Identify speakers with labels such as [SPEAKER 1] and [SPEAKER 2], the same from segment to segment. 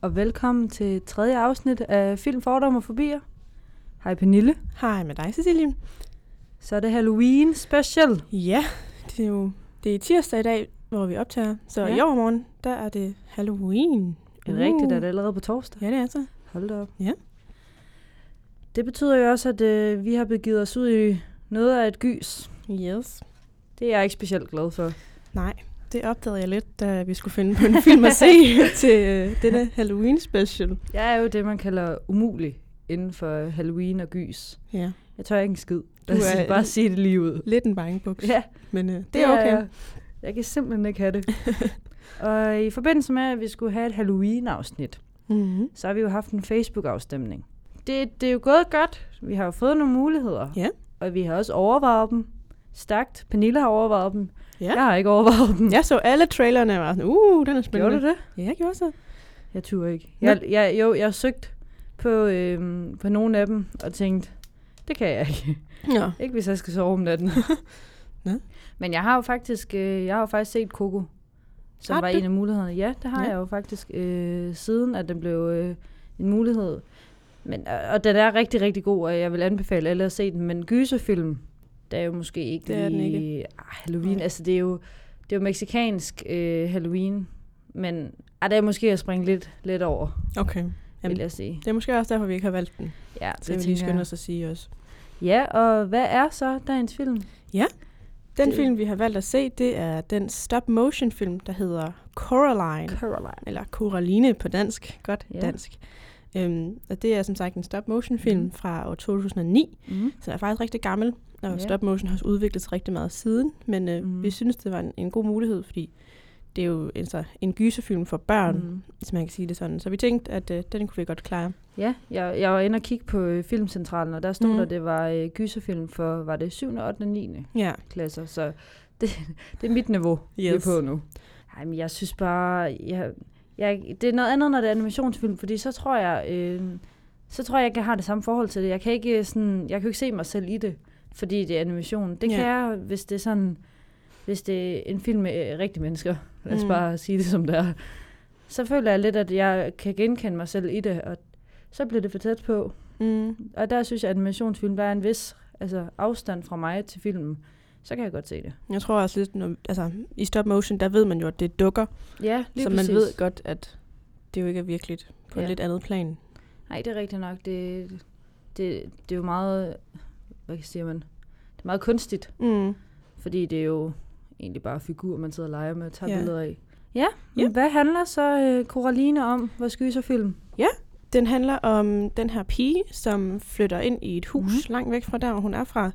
[SPEAKER 1] og velkommen til tredje afsnit af Film, Fordom og Fobier. Hej Pernille.
[SPEAKER 2] Hej med dig, Cecilie.
[SPEAKER 1] Så er det Halloween special.
[SPEAKER 2] Ja, det er jo det er tirsdag i dag, hvor vi optager. Så
[SPEAKER 1] Ja.
[SPEAKER 2] ja. i overmorgen, der er det Halloween. Uh.
[SPEAKER 1] Er det rigtigt, er det allerede på torsdag?
[SPEAKER 2] Ja, det er altså. så.
[SPEAKER 1] Uh. Hold da op.
[SPEAKER 2] Ja.
[SPEAKER 1] Det betyder jo også, at øh, vi har begivet os ud i noget af et gys.
[SPEAKER 2] Yes.
[SPEAKER 1] Det er jeg ikke specielt glad for.
[SPEAKER 2] Nej, det opdagede jeg lidt, da vi skulle finde på en film at se til øh, denne Halloween special.
[SPEAKER 1] Jeg er jo det, man kalder umulig inden for Halloween og gys.
[SPEAKER 2] Ja,
[SPEAKER 1] Jeg tør ikke en skid. Lad os
[SPEAKER 2] er-
[SPEAKER 1] bare sige det lige ud.
[SPEAKER 2] lidt en bangebuks,
[SPEAKER 1] Ja,
[SPEAKER 2] men øh, det er okay.
[SPEAKER 1] Jeg, jeg kan simpelthen ikke have det. og i forbindelse med, at vi skulle have et Halloween-afsnit,
[SPEAKER 2] Mm-hmm.
[SPEAKER 1] så har vi jo haft en Facebook-afstemning. Det, det er jo gået godt. Vi har jo fået nogle muligheder.
[SPEAKER 2] Ja.
[SPEAKER 1] Og vi har også overvejet dem. Stærkt. Pernille har overvejet dem.
[SPEAKER 2] Ja.
[SPEAKER 1] Jeg har ikke overvejet dem.
[SPEAKER 2] Jeg så alle trailerne og var sådan, uh, den er spændende.
[SPEAKER 1] Gjorde du det?
[SPEAKER 2] Ja, jeg gjorde så.
[SPEAKER 1] Jeg turde ikke.
[SPEAKER 2] Nå.
[SPEAKER 1] Jeg, jeg, jo, jeg søgte på, øhm, på nogle af dem og tænkte, det kan jeg ikke.
[SPEAKER 2] Ja.
[SPEAKER 1] Ikke hvis jeg skal sove om natten.
[SPEAKER 2] Nå.
[SPEAKER 1] Men jeg har jo faktisk, øh, jeg har jo faktisk set Coco, som
[SPEAKER 2] Har
[SPEAKER 1] var
[SPEAKER 2] du?
[SPEAKER 1] en af mulighederne. Ja, det har ja.
[SPEAKER 2] Ja.
[SPEAKER 1] jeg jo faktisk, øh, siden at den blev øh, en mulighed. Men, og, og den er rigtig, rigtig god, og jeg vil anbefale alle at se den. Men gyserfilm, det er jo måske ikke
[SPEAKER 2] Det er den
[SPEAKER 1] lige
[SPEAKER 2] ikke.
[SPEAKER 1] Ah, Halloween.
[SPEAKER 2] Nej.
[SPEAKER 1] Altså, det er jo, det er jo meksikansk øh, Halloween, men ah, det er måske at springe lidt, lidt over,
[SPEAKER 2] Okay.
[SPEAKER 1] Jamen.
[SPEAKER 2] Jamen.
[SPEAKER 1] vil jeg sige.
[SPEAKER 2] Det er måske også derfor, vi ikke har valgt den.
[SPEAKER 1] Ja,
[SPEAKER 2] Det vil vi lige
[SPEAKER 1] tænker
[SPEAKER 2] skynde
[SPEAKER 1] jeg.
[SPEAKER 2] os at sige også.
[SPEAKER 1] Ja, og hvad er så dagens film?
[SPEAKER 2] Den
[SPEAKER 1] Det-
[SPEAKER 2] det. film, vi har valgt at se, det er den stop-motion-film, der hedder Coraline.
[SPEAKER 1] Caroline.
[SPEAKER 2] eller Coraline på dansk, godt
[SPEAKER 1] Ja.
[SPEAKER 2] ja. dansk. Øhm, og det er som sagt en stop-motion-film
[SPEAKER 1] Mhm.
[SPEAKER 2] mm. fra år 2009,
[SPEAKER 1] Mm.
[SPEAKER 2] så er faktisk rigtig gammel,
[SPEAKER 1] Ja.
[SPEAKER 2] og ja. stop-motion har udviklet sig rigtig meget siden, men øh,
[SPEAKER 1] Mhm.
[SPEAKER 2] mm. vi synes, det var en, en god mulighed, fordi det er jo en, så, en gyserfilm for børn, mm.
[SPEAKER 1] Mm.
[SPEAKER 2] hvis man kan sige det sådan. Så vi tænkte, at øh, den kunne vi godt klare.
[SPEAKER 1] Ja, jeg, jeg var inde og kigge på øh, Filmcentralen, og der stod mm.
[SPEAKER 2] Mhm.
[SPEAKER 1] der, det var øh, gyserfilm for, var det 7., 8., 9.
[SPEAKER 2] Ja,
[SPEAKER 1] klasser, så det, det er mit niveau, yes. vi er
[SPEAKER 2] Yes.
[SPEAKER 1] på nu. Ej, men jeg synes bare, jeg, jeg, det er noget andet, når det er animationsfilm, fordi så tror jeg, øh, så tror jeg, jeg kan have det samme forhold til det. Jeg kan ikke, øh, sådan, jeg kan jo ikke se mig selv i det, fordi det er animation. Det
[SPEAKER 2] Ja.
[SPEAKER 1] kan jeg, hvis det er sådan, hvis det er en film med øh, rigtige mennesker, lad os mm.
[SPEAKER 2] Mm.
[SPEAKER 1] bare sige det som det er, så føler jeg lidt, at jeg kan genkende mig selv i det, og så bliver det for tæt på.
[SPEAKER 2] mm.
[SPEAKER 1] Og der synes jeg, at animationsfilm, der er en vis altså, afstand fra mig til filmen. Så kan jeg godt se det.
[SPEAKER 2] jeg tror også lidt, når, altså i stop-motion, der ved man jo, at det dukker,
[SPEAKER 1] Ja, lige
[SPEAKER 2] så
[SPEAKER 1] præcis.
[SPEAKER 2] man ved godt, at det jo ikke er virkeligt på ja.
[SPEAKER 1] Ja.
[SPEAKER 2] en lidt andet plan.
[SPEAKER 1] Nej, det er rigtigt nok. Det, det, det er jo meget, hvad siger man, det er meget kunstigt,
[SPEAKER 2] Mm.
[SPEAKER 1] fordi det er jo egentlig bare figurer, man sidder og leger med og tager ja.
[SPEAKER 2] Ja.
[SPEAKER 1] billeder af. Ja,
[SPEAKER 2] Ja.
[SPEAKER 1] men hvad handler så øh, Coraline om, vores gyserfilm?
[SPEAKER 2] Den handler om den her pige, som flytter ind i et hus
[SPEAKER 1] Mhm.
[SPEAKER 2] mm-hmm. langt væk fra der, hvor hun er fra.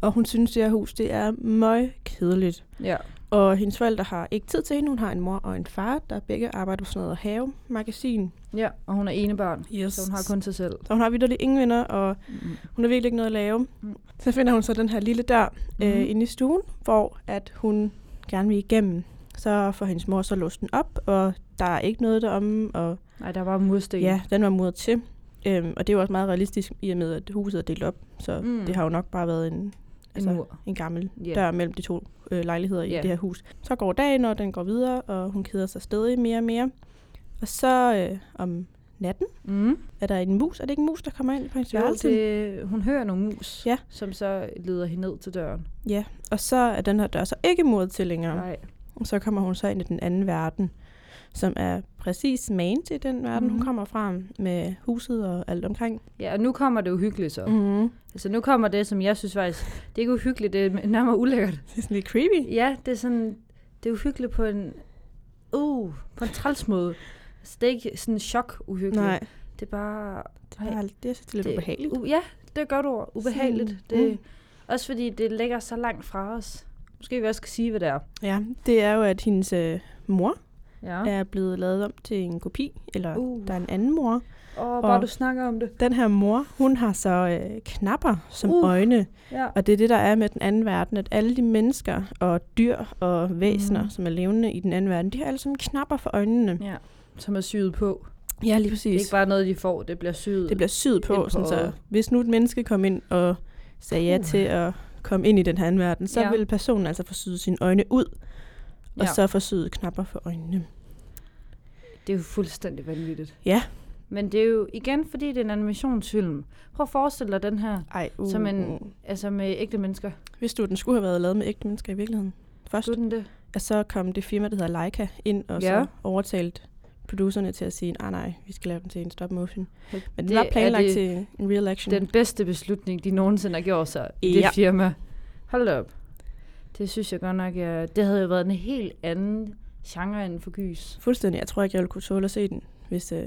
[SPEAKER 2] Og hun synes, det her hus det er møg kedeligt.
[SPEAKER 1] Ja.
[SPEAKER 2] Og hendes forældre har ikke tid til hende. Hun har en mor og en far, der begge arbejder på sådan noget havemagasin.
[SPEAKER 1] Ja, og hun er ene barn,
[SPEAKER 2] Yes.
[SPEAKER 1] så hun har kun sig selv.
[SPEAKER 2] så hun har vidderligt ingen venner, og
[SPEAKER 1] Mm.
[SPEAKER 2] hun har virkelig ikke noget at lave.
[SPEAKER 1] Mm.
[SPEAKER 2] Så finder hun så den her lille dør øh,
[SPEAKER 1] Mhm.
[SPEAKER 2] inde i stuen, hvor at hun gerne vil igennem. Så får hendes mor så låst den op, og der er ikke noget deromme, og
[SPEAKER 1] Nej, der var mursten.
[SPEAKER 2] Ja, den var muret til. Øhm, og det er jo også meget realistisk i og med, at huset er delt op. Så
[SPEAKER 1] Mm.
[SPEAKER 2] mm. det har jo nok bare været en, altså
[SPEAKER 1] en mur.
[SPEAKER 2] en gammel
[SPEAKER 1] altså- Ja.
[SPEAKER 2] yeah. dør mellem de to øh, lejligheder i
[SPEAKER 1] Ja.
[SPEAKER 2] yeah. det her hus. Så går dagen, og den går videre, og hun keder sig stadig mere og mere. Og så øh, om natten
[SPEAKER 1] Mm.
[SPEAKER 2] er der en mus. Er det ikke en mus, der kommer ind på hendes
[SPEAKER 1] Jo,
[SPEAKER 2] værelse?
[SPEAKER 1] det, hun hører nogle mus,
[SPEAKER 2] Ja.
[SPEAKER 1] som så leder hende ned til døren.
[SPEAKER 2] Ja, og så er den her dør så ikke muret til længere.
[SPEAKER 1] Nej.
[SPEAKER 2] Og så kommer hun så ind i den anden verden, som er præcis magen til den verden, mm.
[SPEAKER 1] Mhm.
[SPEAKER 2] hun kommer fra med huset og alt omkring.
[SPEAKER 1] Ja, og nu kommer det uhyggeligt så. Mm.
[SPEAKER 2] Mm.
[SPEAKER 1] Altså nu kommer det, som jeg synes faktisk, det er ikke uhyggeligt, det er nærmere ulækkert.
[SPEAKER 2] Det er sådan lidt creepy.
[SPEAKER 1] Ja, det er sådan, det er uhyggeligt på en, uh, på en træls måde. Altså det er ikke sådan chok uhyggeligt.
[SPEAKER 2] Nej,
[SPEAKER 1] Det er bare,
[SPEAKER 2] det er, bare, det er sådan lidt
[SPEAKER 1] det-
[SPEAKER 2] det, ubehageligt.
[SPEAKER 1] uh, ja, det er et godt ord, ubehageligt.
[SPEAKER 2] Sådan,
[SPEAKER 1] Det,
[SPEAKER 2] mm.
[SPEAKER 1] Også fordi det ligger så langt fra os. Måske vi også skal sige, hvad det er.
[SPEAKER 2] Ja, det er jo, at hendes øh, mor
[SPEAKER 1] Ja.
[SPEAKER 2] er blevet lavet om til en kopi, eller
[SPEAKER 1] Uh.
[SPEAKER 2] uh. der er en anden mor.
[SPEAKER 1] Og bare
[SPEAKER 2] og-
[SPEAKER 1] du snakker om det.
[SPEAKER 2] Den her mor, hun har så øh, knapper som
[SPEAKER 1] Uh.
[SPEAKER 2] uh. øjne,
[SPEAKER 1] Ja.
[SPEAKER 2] og det er det, der er med den anden verden, at alle de mennesker og dyr og væsener,
[SPEAKER 1] Mm.
[SPEAKER 2] mm. som er levende i den anden verden, de har alle sammen knapper for øjnene.
[SPEAKER 1] ja. Som er syet på.
[SPEAKER 2] Ja, lige
[SPEAKER 1] Det er
[SPEAKER 2] præcis.
[SPEAKER 1] ikke bare noget, de får, det bliver syet.
[SPEAKER 2] Det bliver syet
[SPEAKER 1] Ind på
[SPEAKER 2] på, sådan så
[SPEAKER 1] øjet.
[SPEAKER 2] hvis nu et menneske kom ind og sagde ja
[SPEAKER 1] Uh.
[SPEAKER 2] til at komme ind i den her anden verden, så
[SPEAKER 1] Ja.
[SPEAKER 2] ja. ville personen altså få syet sine øjne ud, og
[SPEAKER 1] Ja.
[SPEAKER 2] ja. så få syet knapper for øjnene.
[SPEAKER 1] Det er jo fuldstændig vanvittigt.
[SPEAKER 2] Ja.
[SPEAKER 1] Men det er jo igen, fordi det er en animationsfilm. Prøv at forestille dig den her,
[SPEAKER 2] Ej, uh,
[SPEAKER 1] Som en-
[SPEAKER 2] uh.
[SPEAKER 1] altså med ægte mennesker.
[SPEAKER 2] Hvis du, den skulle have været lavet med ægte mennesker i virkeligheden først,
[SPEAKER 1] Skulle den det?
[SPEAKER 2] at så kom det firma, der hedder Leica, ind og
[SPEAKER 1] Ja.
[SPEAKER 2] så overtalte producerne til at sige, nej nej, vi skal lave den til en stop motion.
[SPEAKER 1] Men
[SPEAKER 2] Men den
[SPEAKER 1] det
[SPEAKER 2] det var
[SPEAKER 1] er
[SPEAKER 2] planlagt
[SPEAKER 1] det-
[SPEAKER 2] det, til en real action.
[SPEAKER 1] Den bedste beslutning, de nogensinde har gjort sig i det
[SPEAKER 2] Ja.
[SPEAKER 1] firma. Hold da op. Det synes jeg godt nok, jeg... det havde jo været en helt anden genre end for gys.
[SPEAKER 2] Fuldstændig. Jeg tror ikke, jeg ville kunne tåle at se den, hvis øh,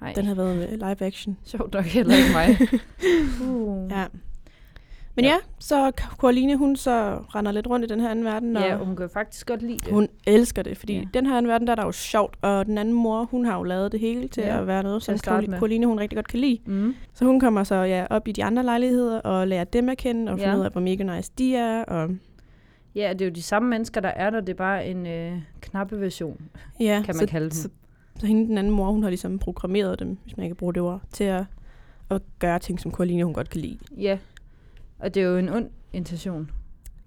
[SPEAKER 1] Nej,
[SPEAKER 2] den havde været med live action.
[SPEAKER 1] sjovt nok heller ikke mig. Uh.
[SPEAKER 2] Ja. Men ja, ja så Coraline, hun så render lidt rundt i den her anden verden, og
[SPEAKER 1] ja, hun kan faktisk godt lide det.
[SPEAKER 2] hun elsker det, fordi
[SPEAKER 1] Ja.
[SPEAKER 2] ja. den her anden verden, der er der jo sjovt, og den anden mor, hun har jo lavet det hele til
[SPEAKER 1] Ja,
[SPEAKER 2] ja. at være noget, som
[SPEAKER 1] at starte med.
[SPEAKER 2] Cor- Coraline, hun rigtig godt kan lide.
[SPEAKER 1] Mm.
[SPEAKER 2] Så hun kommer så ja, op i de andre lejligheder og lærer dem at kende, og finder
[SPEAKER 1] Ja.
[SPEAKER 2] ud af, hvor mega nice de er, og
[SPEAKER 1] Ja, det er jo de samme mennesker, der er der. Det er bare en øh, knappe version,
[SPEAKER 2] ja,
[SPEAKER 1] kan man
[SPEAKER 2] så,
[SPEAKER 1] kalde den.
[SPEAKER 2] så- så hende den anden mor, hun har ligesom programmeret dem, hvis man kan bruge det ord, til at, at gøre ting, som Coraline, hun godt kan lide.
[SPEAKER 1] Ja, og det er jo en ond intention,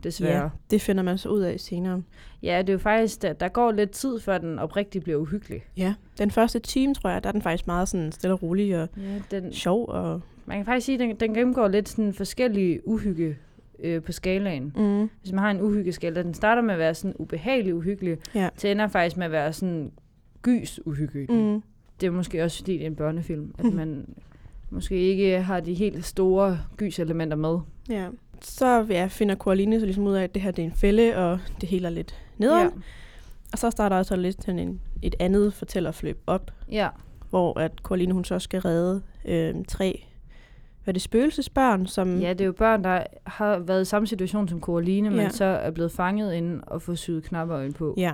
[SPEAKER 1] desværre.
[SPEAKER 2] Det finder man så ud af senere.
[SPEAKER 1] Ja, ja det er jo faktisk, der, der går lidt tid, før den oprigtigt bliver uhyggelig.
[SPEAKER 2] Ja, den første time, tror jeg, der er den faktisk meget sådan stille og rolig og
[SPEAKER 1] Ja, den,
[SPEAKER 2] sjov. Og,
[SPEAKER 1] man kan faktisk sige, at den, den gennemgår lidt sådan forskellige uhygge øh, på skalaen.
[SPEAKER 2] mm.
[SPEAKER 1] Hvis man har en uhyggeskala, den starter med at være sådan ubehagelig uhyggelig,
[SPEAKER 2] Ja.
[SPEAKER 1] til ender faktisk med at være sådan gys uhyggelig.
[SPEAKER 2] Mm.
[SPEAKER 1] Det er måske også fordi, det er en børnefilm, at
[SPEAKER 2] Mhm.
[SPEAKER 1] man måske ikke har de helt store gyselementer med.
[SPEAKER 2] Ja. Så ja, finder Coraline så ligesom ud af, at det her det er en fælde, og det hele er lidt nederen. Ja. Og så starter også lidt sådan en, et andet fortællerforløb op,
[SPEAKER 1] Ja,
[SPEAKER 2] hvor at Coraline hun så skal redde øh, tre hvad er det spøgelsesbørn, som...
[SPEAKER 1] Ja, det er jo børn, der har været i samme situation som Coraline, ja.
[SPEAKER 2] Ja.
[SPEAKER 1] men så er blevet fanget ind og får syet knapper ind på.
[SPEAKER 2] ja.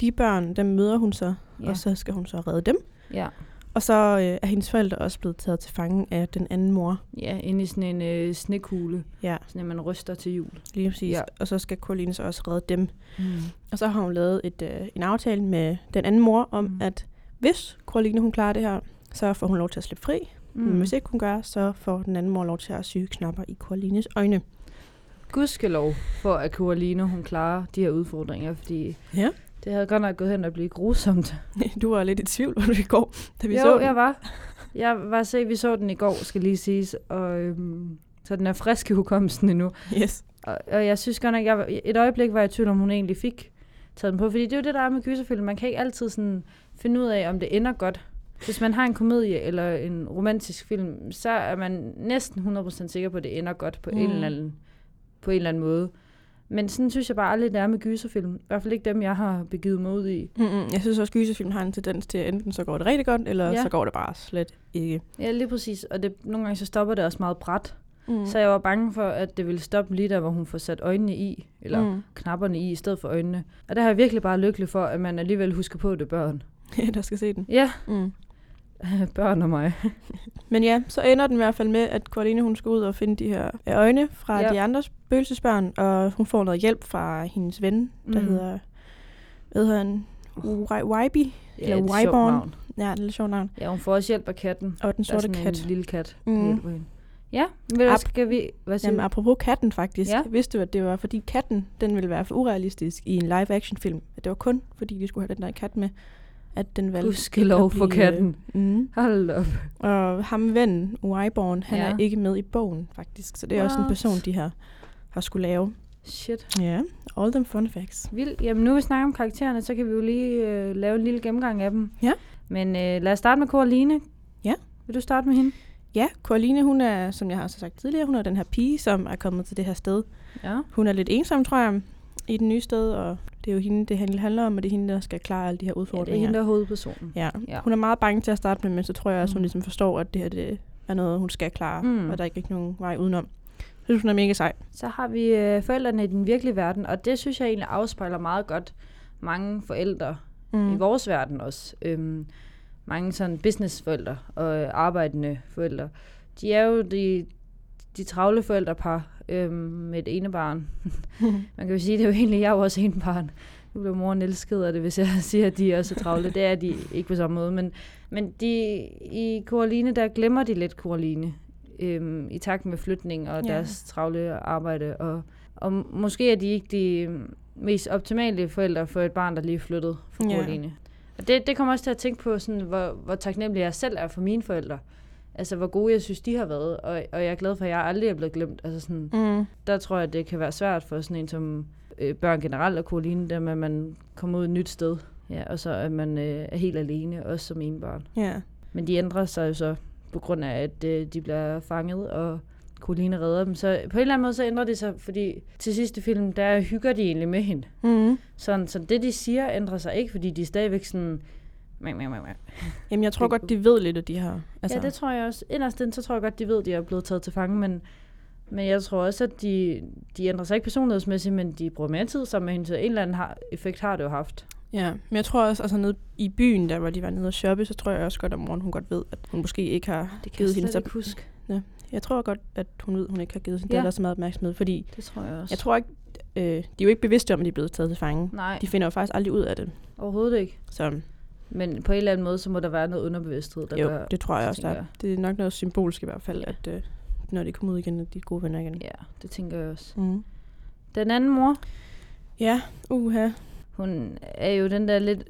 [SPEAKER 2] De børn, dem møder hun så, ja.
[SPEAKER 1] Ja.
[SPEAKER 2] og så skal hun så redde dem.
[SPEAKER 1] Ja,
[SPEAKER 2] Og så øh, er hendes forældre også blevet taget til fange af den anden mor.
[SPEAKER 1] ja inde i sådan en øh, snekugle,
[SPEAKER 2] Ja,
[SPEAKER 1] sådan at man ryster til jul.
[SPEAKER 2] lige præcis.
[SPEAKER 1] Ja.
[SPEAKER 2] Ja. Og så skal Coraline så også redde dem.
[SPEAKER 1] Mm.
[SPEAKER 2] Og så har hun lavet et, øh, en aftale med den anden mor om,
[SPEAKER 1] Mm.
[SPEAKER 2] mm. at hvis Coraline hun klarer det her, så får hun lov til at slippe fri. Mm. Men hvis ikke hun gør, så får den anden mor lov til at syge knapper i Coralines øjne.
[SPEAKER 1] Gudskelov for, at Coraline hun klarer de her udfordringer, fordi
[SPEAKER 2] Ja.
[SPEAKER 1] det havde godt nok gået hen og blive grusomt.
[SPEAKER 2] Du var lidt i tvivl, hvor vi går, da vi
[SPEAKER 1] jo,
[SPEAKER 2] så den.
[SPEAKER 1] jeg var. Jeg var se, vi så den i går, skal lige siges, og øhm, så den er frisk i hukommelsen endnu.
[SPEAKER 2] Yes.
[SPEAKER 1] Og, og jeg synes godt nok, jeg, var- et øjeblik var jeg i tvivl om, hun egentlig fik taget den på. Fordi det er jo det, der er med gyserfilm. Man kan ikke altid sådan finde ud af, om det ender godt. Hvis man har en komedie eller en romantisk film, så er man næsten 100% sikker på, at det ender godt på, mm. en
[SPEAKER 2] Mm.
[SPEAKER 1] eller anden, på en eller anden måde. Men sådan synes jeg bare aldrig, det er med gyserfilm. I hvert fald ikke dem, jeg har begivet mig ud i.
[SPEAKER 2] Mm-mm. Jeg synes også, at gyserfilm har en tendens til, at enten så går det rigtig godt, eller
[SPEAKER 1] Ja.
[SPEAKER 2] ja. så går det bare slet ikke.
[SPEAKER 1] Ja, lige præcis. Og det, nogle gange så stopper det også meget bræt.
[SPEAKER 2] Mm.
[SPEAKER 1] Mm. Så jeg var bange for, at det ville stoppe lige der, hvor hun får sat øjnene i. Eller
[SPEAKER 2] Mm.
[SPEAKER 1] knapperne i, i stedet for øjnene. Og der har jeg virkelig bare lykkelig for, at man alligevel husker på at det er børn.
[SPEAKER 2] der skal se den.
[SPEAKER 1] Ja,
[SPEAKER 2] Mm.
[SPEAKER 1] børn og mig.
[SPEAKER 2] Men ja, så ender den i hvert fald med, at Coraline hun skal ud og finde de her øjne fra
[SPEAKER 1] Ja.
[SPEAKER 2] ja. de andre spøgelsesbørn, og hun får noget hjælp fra hendes ven, der
[SPEAKER 1] Mm.
[SPEAKER 2] mm. hedder, hvad hedder han, Uri- Wybie. Eller
[SPEAKER 1] et sjovt
[SPEAKER 2] Wyborn.
[SPEAKER 1] navn.
[SPEAKER 2] Ja, det er lidt sjovt navn.
[SPEAKER 1] Ja, hun får også hjælp af katten.
[SPEAKER 2] Og den
[SPEAKER 1] Der er
[SPEAKER 2] sorte
[SPEAKER 1] sådan
[SPEAKER 2] kat.
[SPEAKER 1] en lille kat.
[SPEAKER 2] Mm.
[SPEAKER 1] Mm. Hende. Ja, men hvad
[SPEAKER 2] Ap-
[SPEAKER 1] skal vi... Hvad siger
[SPEAKER 2] Jamen,
[SPEAKER 1] du?
[SPEAKER 2] apropos katten faktisk.
[SPEAKER 1] altså- Ja.
[SPEAKER 2] Ja. Vidste du, at det var fordi katten, den ville være for urealistisk i en live-action-film? At det var kun fordi, de skulle have den der kat med, at den valgte
[SPEAKER 1] Gudskelov
[SPEAKER 2] at
[SPEAKER 1] for
[SPEAKER 2] blive, øh,
[SPEAKER 1] katten.
[SPEAKER 2] Mm.
[SPEAKER 1] Hold da op.
[SPEAKER 2] Og ham vennen, Wyborn, han
[SPEAKER 1] Ja.
[SPEAKER 2] ja. er ikke med i bogen faktisk. Så det er også en
[SPEAKER 1] What?
[SPEAKER 2] person, de har, har skulle lave.
[SPEAKER 1] Shit.
[SPEAKER 2] Ja, all them fun facts.
[SPEAKER 1] Vildt. Jamen, nu vi snakker om karaktererne, så kan vi jo lige øh, lave en lille gennemgang af dem.
[SPEAKER 2] Ja.
[SPEAKER 1] Men øh, lad os starte med Coraline.
[SPEAKER 2] Ja.
[SPEAKER 1] Vil du starte med hende?
[SPEAKER 2] Ja, Coraline, hun er, som jeg har så sagt tidligere, hun er den her pige, som er kommet til det her sted.
[SPEAKER 1] Ja.
[SPEAKER 2] Hun er lidt ensom, tror jeg, i det nye sted, og det er jo hende, det han- handler om, og det er hende, der skal klare alle de her
[SPEAKER 1] ja
[SPEAKER 2] udfordringer.
[SPEAKER 1] det er hende, der er hovedpersonen.
[SPEAKER 2] Ja.
[SPEAKER 1] Ja.
[SPEAKER 2] ja, hun er meget bange til at starte med, men så tror jeg også,
[SPEAKER 1] Mm.
[SPEAKER 2] hun ligesom forstår, at det her det er noget, hun skal klare,
[SPEAKER 1] Mm.
[SPEAKER 2] mm. og der er ikke rigtig nogen vej udenom. Jeg synes, hun er mega sej.
[SPEAKER 1] Så har vi øh, forældrene i den virkelige verden, og det synes jeg egentlig afspejler meget godt mange forældre mm. i vores verden også. Øhm, mange sådan businessforældre og øh, arbejdende forældre. De er jo de, de travle forældrepar øhm, med et ene barn. Man kan jo sige, det er jo egentlig, jeg er jo også en barn. Nu bliver moren elsket af det, hvis jeg siger, at de er så travle. Det er de ikke på samme måde. Men, men de, i Coraline, der glemmer de lidt Coraline. Øhm, I takt med flytning og ja.
[SPEAKER 2] Ja.
[SPEAKER 1] deres travle arbejde. Og, og måske er de ikke de øhm, mest optimale forældre for et barn, der lige er flyttet fra
[SPEAKER 2] Ja.
[SPEAKER 1] Coraline. Og det, det kommer også til at tænke på, sådan, hvor, hvor taknemmelig jeg selv er for mine forældre. Altså, hvor gode jeg synes, de har været. Og, og jeg er glad for, at jeg aldrig er blevet glemt. Altså, sådan,
[SPEAKER 2] Mm.
[SPEAKER 1] der tror jeg, det kan være svært for sådan en som øh, børn generelt at kunne ligne dem, at man kommer ud et nyt sted. Ja, og så at man øh, er helt alene, også som en barn.
[SPEAKER 2] Ja.
[SPEAKER 1] Men de ændrer sig jo så på grund af, at øh, de bliver fanget, og Coline redder dem. Så på en eller anden måde, så ændrer det sig, fordi til sidste film, der hygger de egentlig med hende.
[SPEAKER 2] Mm.
[SPEAKER 1] Sådan, så det, de siger, ændrer sig ikke, fordi de er stadigvæk sådan... Mæ, mæ, mæ, mæ.
[SPEAKER 2] Jamen, jeg tror
[SPEAKER 1] Det-
[SPEAKER 2] godt, de ved lidt, at de har...
[SPEAKER 1] Altså. Ja, det tror jeg også. Inderst inden, så tror jeg godt, de ved, at de er blevet taget til fange, men, men jeg tror også, at de, de ændrer sig ikke personlighedsmæssigt, men de bruger mere tid sammen med hende, så en eller anden har, effekt har det jo haft.
[SPEAKER 2] Ja, men jeg tror også, altså nede i byen, der hvor de var nede og shoppe, så tror jeg også godt, at moren hun godt ved, at hun måske ikke har givet hende så...
[SPEAKER 1] huske.
[SPEAKER 2] Jeg tror godt, at hun ved, at hun ikke har givet sin
[SPEAKER 1] Ja.
[SPEAKER 2] ja. datter så meget opmærksomhed, fordi
[SPEAKER 1] Det tror jeg også.
[SPEAKER 2] jeg tror ikke, øh, de er jo ikke bevidste om, at de er blevet taget til fange.
[SPEAKER 1] Nej,
[SPEAKER 2] De finder jo faktisk aldrig ud af det.
[SPEAKER 1] overhovedet ikke.
[SPEAKER 2] Så
[SPEAKER 1] Men på en eller anden måde, så må der være noget underbevidsthed, der gør...
[SPEAKER 2] jo, det tror jeg også, der
[SPEAKER 1] tænker
[SPEAKER 2] er. Det er nok noget symbolsk i hvert fald, at øh, når de kommer ud igen, at de er gode venner igen.
[SPEAKER 1] Ja, det tænker jeg også.
[SPEAKER 2] Mm.
[SPEAKER 1] Den anden mor,
[SPEAKER 2] Ja, uha.
[SPEAKER 1] hun er jo den der lidt...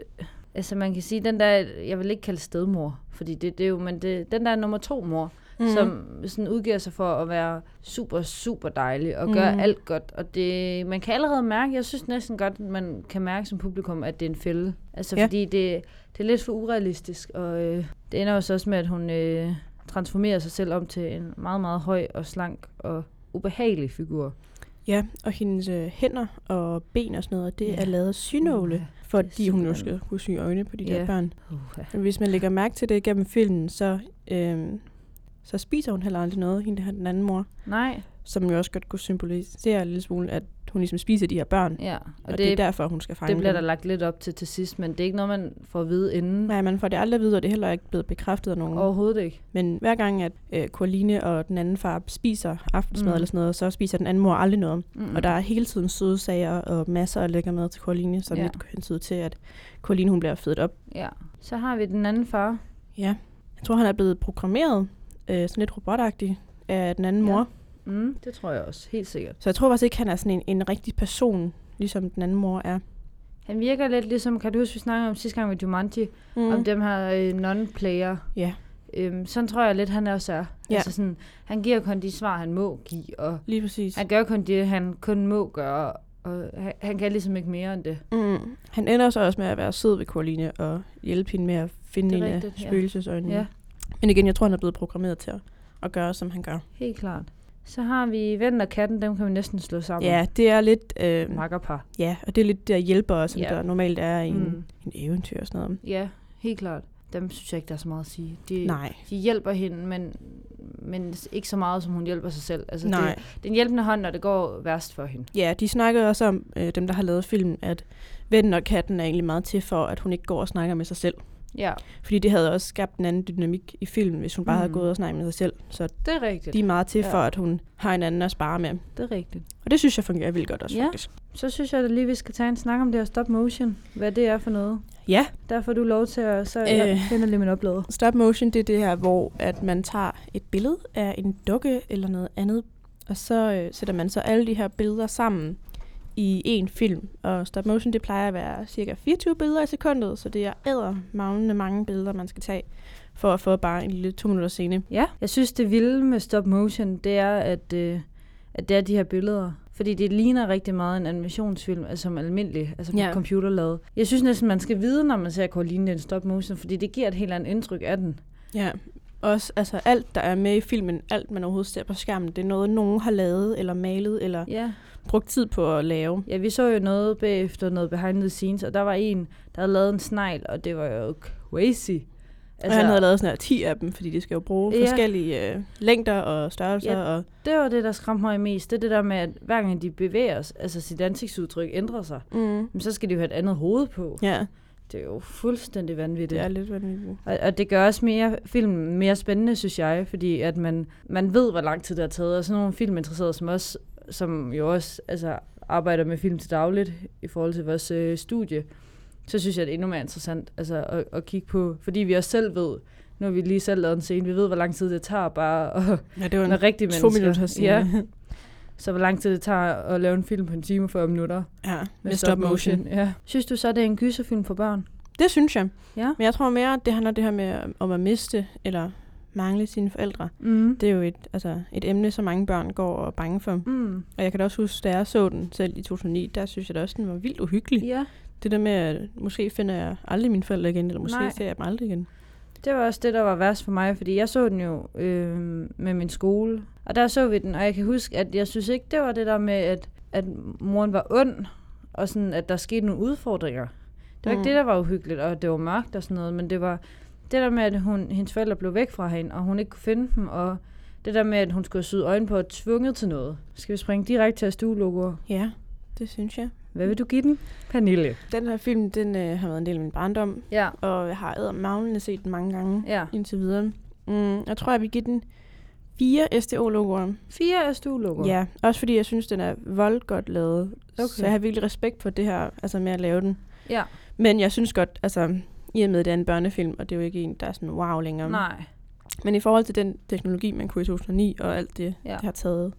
[SPEAKER 1] Altså man kan sige, den der... Jeg vil ikke kalde stedmor, fordi det, det er jo... Men det, den der nummer to mor, mm. som sådan udgiver sig for at være super, super dejlig og gøre
[SPEAKER 2] Mhm.
[SPEAKER 1] alt godt. Og det, man kan allerede mærke, jeg synes næsten godt, man kan mærke som publikum, at det er en fælde. Altså ja.
[SPEAKER 2] Ja.
[SPEAKER 1] fordi det, det er lidt for urealistisk, og øh, det ender jo så også med, at hun øh, transformerer sig selv om til en meget, meget høj og slank og ubehagelig figur.
[SPEAKER 2] Ja, og hendes øh, hænder og ben og sådan noget, det
[SPEAKER 1] Ja.
[SPEAKER 2] ja. er lavet af synåle,
[SPEAKER 1] Uha,
[SPEAKER 2] fordi hun jo
[SPEAKER 1] simpelthen-
[SPEAKER 2] skal kunne sy øjne på de ja.
[SPEAKER 1] Ja.
[SPEAKER 2] der børn.
[SPEAKER 1] Uha.
[SPEAKER 2] Men Hvis man lægger mærke til det igennem filmen, så, øhm, så spiser hun heller aldrig noget, hende her den anden mor,
[SPEAKER 1] Nej,
[SPEAKER 2] som jo også godt kunne symbolisere en lille smule, at hun ligesom spiser de her børn,
[SPEAKER 1] ja.
[SPEAKER 2] og, og det, det er derfor, hun skal fange
[SPEAKER 1] det bliver der
[SPEAKER 2] dem.
[SPEAKER 1] lagt lidt op til til sidst, men det er ikke noget, man får at vide inden.
[SPEAKER 2] Nej, man får det aldrig at vide, og det er heller ikke blevet bekræftet af nogen. Og.
[SPEAKER 1] Overhovedet ikke.
[SPEAKER 2] Men hver gang, at øh, Coraline og den anden far spiser aftensmad
[SPEAKER 1] Mm.
[SPEAKER 2] mm. eller sådan noget, så spiser den anden mor aldrig noget.
[SPEAKER 1] Mm-mm.
[SPEAKER 2] Mm. Og der er hele tiden søde sager og masser af lækker mad til Coraline, som
[SPEAKER 1] Ja.
[SPEAKER 2] ja. lidt hentyder til, at Coraline hun bliver fedt op.
[SPEAKER 1] Ja. Så har vi den anden far.
[SPEAKER 2] Ja. Jeg tror, han er blevet programmeret øh, sådan lidt robotagtig af den anden
[SPEAKER 1] Ja.
[SPEAKER 2] ja. mor.
[SPEAKER 1] Mm, det tror jeg også, helt sikkert.
[SPEAKER 2] Så jeg tror faktisk ikke, han er sådan en, en rigtig person, ligesom den anden mor er.
[SPEAKER 1] Han virker lidt ligesom, kan du huske, vi snakkede om sidste gang med Jumanji, mm.
[SPEAKER 2] Mm.
[SPEAKER 1] om dem her øh, non-player.
[SPEAKER 2] Ja.
[SPEAKER 1] Øhm, sådan tror jeg lidt, han også er.
[SPEAKER 2] Ja.
[SPEAKER 1] Altså sådan, han giver kun de svar, han må give, og
[SPEAKER 2] Lige præcis.
[SPEAKER 1] han gør kun det, han kun må gøre, og han, han kan ligesom ikke mere end det.
[SPEAKER 2] Mm. Han ender så også med at være sød ved Coraline og hjælpe hende med at finde
[SPEAKER 1] Det er
[SPEAKER 2] en af
[SPEAKER 1] rigtigt, ja.
[SPEAKER 2] spøgelsesøjnene.
[SPEAKER 1] Ja,
[SPEAKER 2] Men igen, jeg tror, han er blevet programmeret til at, at gøre, som han gør.
[SPEAKER 1] helt klart. Så har vi vennen og katten, dem kan vi næsten slå sammen.
[SPEAKER 2] Ja, det er lidt... Øh,
[SPEAKER 1] Makkerpar.
[SPEAKER 2] ja, og det er lidt der hjælper, som
[SPEAKER 1] Ja.
[SPEAKER 2] ja. der normalt er i en,
[SPEAKER 1] Mm.
[SPEAKER 2] mm. en eventyr og sådan noget.
[SPEAKER 1] Ja, helt klart. Dem synes jeg ikke, der er så meget at sige. De,
[SPEAKER 2] Nej,
[SPEAKER 1] de hjælper hende, men, men ikke så meget, som hun hjælper sig selv. Altså,
[SPEAKER 2] nej.
[SPEAKER 1] Det, den hjælpende hånd, når det går værst for hende.
[SPEAKER 2] Ja, de snakkede også om, øh, dem der har lavet filmen, at vennen og katten er egentlig meget til for, at hun ikke går og snakker med sig selv.
[SPEAKER 1] Ja,
[SPEAKER 2] Fordi det havde også skabt en anden dynamik i filmen, hvis hun bare mm. havde
[SPEAKER 1] Mm.
[SPEAKER 2] gået og snakket med sig selv. Så
[SPEAKER 1] det er rigtigt.
[SPEAKER 2] de er meget til
[SPEAKER 1] Ja.
[SPEAKER 2] for, at hun har en anden at spare med.
[SPEAKER 1] Det er rigtigt.
[SPEAKER 2] Og det synes jeg fungerer vildt godt også,
[SPEAKER 1] Ja.
[SPEAKER 2] ja. faktisk.
[SPEAKER 1] Så synes jeg da lige, vi skal tage en snak om det her stop motion. Hvad det er for noget.
[SPEAKER 2] Ja,
[SPEAKER 1] Der får du lov til at... Så øh.
[SPEAKER 2] Øh.
[SPEAKER 1] jeg finder lige min oplader.
[SPEAKER 2] stop motion, det er det her, hvor at man tager et billede af en dukke eller noget andet, og så øh, sætter man så alle de her billeder sammen i en film. Og stop motion, det plejer at være cirka 24 billeder i sekundet, så det er æder magnende mange billeder, man skal tage for at få bare en lille to minutters scene.
[SPEAKER 1] Ja. Jeg synes, det vilde med stop motion, det er, at, øh, at det er de her billeder. Fordi det ligner rigtig meget en animationsfilm, altså som almindelig, altså på ja.
[SPEAKER 2] Ja.
[SPEAKER 1] computerlavet. Jeg synes næsten, man skal vide, når man ser Coraline, det er en stop motion, fordi det giver et helt andet indtryk af den.
[SPEAKER 2] Ja, også altså alt, der er med i filmen, alt man overhovedet ser på skærmen, det er noget, nogen har lavet eller malet eller
[SPEAKER 1] Ja.
[SPEAKER 2] brugt tid på at lave.
[SPEAKER 1] Ja, vi så jo noget bagefter, noget behind the scenes, og der var en, der havde lavet en snegl, og det var jo crazy.
[SPEAKER 2] Altså, og han havde lavet sådan her 10 af dem, fordi de skal jo bruge
[SPEAKER 1] Ja.
[SPEAKER 2] ja. forskellige øh, længder og størrelser.
[SPEAKER 1] Ja.
[SPEAKER 2] Ja. Og,
[SPEAKER 1] Det var det, der skræmte mig mest. Det er det der med, at hver gang de bevæger sig, altså sit ansigtsudtryk ændrer sig,
[SPEAKER 2] mm.
[SPEAKER 1] men så skal de jo have et andet hoved på.
[SPEAKER 2] ja,
[SPEAKER 1] Det er jo fuldstændig vanvittigt.
[SPEAKER 2] det er lidt vanvittigt.
[SPEAKER 1] Og, og det gør også mere, filmen mere spændende, synes jeg, fordi at man, man ved, hvor lang tid det har taget, og sådan nogle filminteresserede som os, som jo også altså, arbejder med film til dagligt i forhold til vores øh, studie, så synes jeg, det er endnu mere interessant altså, at, at kigge på, fordi vi også selv ved, nu har vi lige selv lavet en scene, vi ved, hvor lang tid det tager bare at
[SPEAKER 2] Ja, det var
[SPEAKER 1] med rigtige
[SPEAKER 2] to
[SPEAKER 1] mennesker.
[SPEAKER 2] minutter scene.
[SPEAKER 1] Ja, så hvor lang tid det tager at lave en film på en time og 40 minutter
[SPEAKER 2] ja. Med stop motion.
[SPEAKER 1] Ja. Synes du så, det er en gyserfilm for børn?
[SPEAKER 2] Det synes jeg.
[SPEAKER 1] Ja.
[SPEAKER 2] Men jeg tror mere, at det handler det her med om at miste eller mangle sine forældre.
[SPEAKER 1] Mm.
[SPEAKER 2] Det er jo et, altså, et emne, som mange børn går og er bange for.
[SPEAKER 1] Mm.
[SPEAKER 2] Og jeg kan da også huske, da jeg så den selv i 2009, der synes jeg da også, den var vildt uhyggelig.
[SPEAKER 1] Ja,
[SPEAKER 2] Det der med, at måske finder jeg aldrig mine forældre igen, eller måske
[SPEAKER 1] Nej.
[SPEAKER 2] ser jeg dem aldrig igen.
[SPEAKER 1] det var også det, der var værst for mig, fordi jeg så den jo øh, med min skole. Og der så vi den, og jeg kan huske, at jeg synes ikke, det var det der med, at, at moren var ond, og sådan, at der skete nogle udfordringer. Det var mm.
[SPEAKER 2] Mm.
[SPEAKER 1] ikke det, der var uhyggeligt, og det var mørkt og sådan noget, men det var det der med, at hun, hendes forældre blev væk fra hende, og hun ikke kunne finde dem, og det der med, at hun skulle syde øjne på og tvunget til noget. Skal vi springe direkte til stuelogoer?
[SPEAKER 2] Ja, det synes jeg.
[SPEAKER 1] Hvad vil du give den? Pernille.
[SPEAKER 2] Den her film, den øh, har været en del af min barndom,
[SPEAKER 1] Ja,
[SPEAKER 2] og jeg har ædermavnene set den mange gange
[SPEAKER 1] ja.
[SPEAKER 2] indtil videre. Mm, jeg tror, jeg vil give den fire SDO-logoer.
[SPEAKER 1] Fire af stuelogoer.
[SPEAKER 2] Ja, også fordi jeg synes, den er voldgodt lavet.
[SPEAKER 1] Okay.
[SPEAKER 2] Okay. Så jeg har virkelig respekt for det her, altså med at lave den.
[SPEAKER 1] Ja.
[SPEAKER 2] Men jeg synes godt, altså i og med, at det er en børnefilm, og det er jo ikke en, der er sådan wow længere.
[SPEAKER 1] Nej.
[SPEAKER 2] Men i forhold til den teknologi, man kunne i 2009 og alt det,
[SPEAKER 1] Ja.
[SPEAKER 2] ja. det har taget,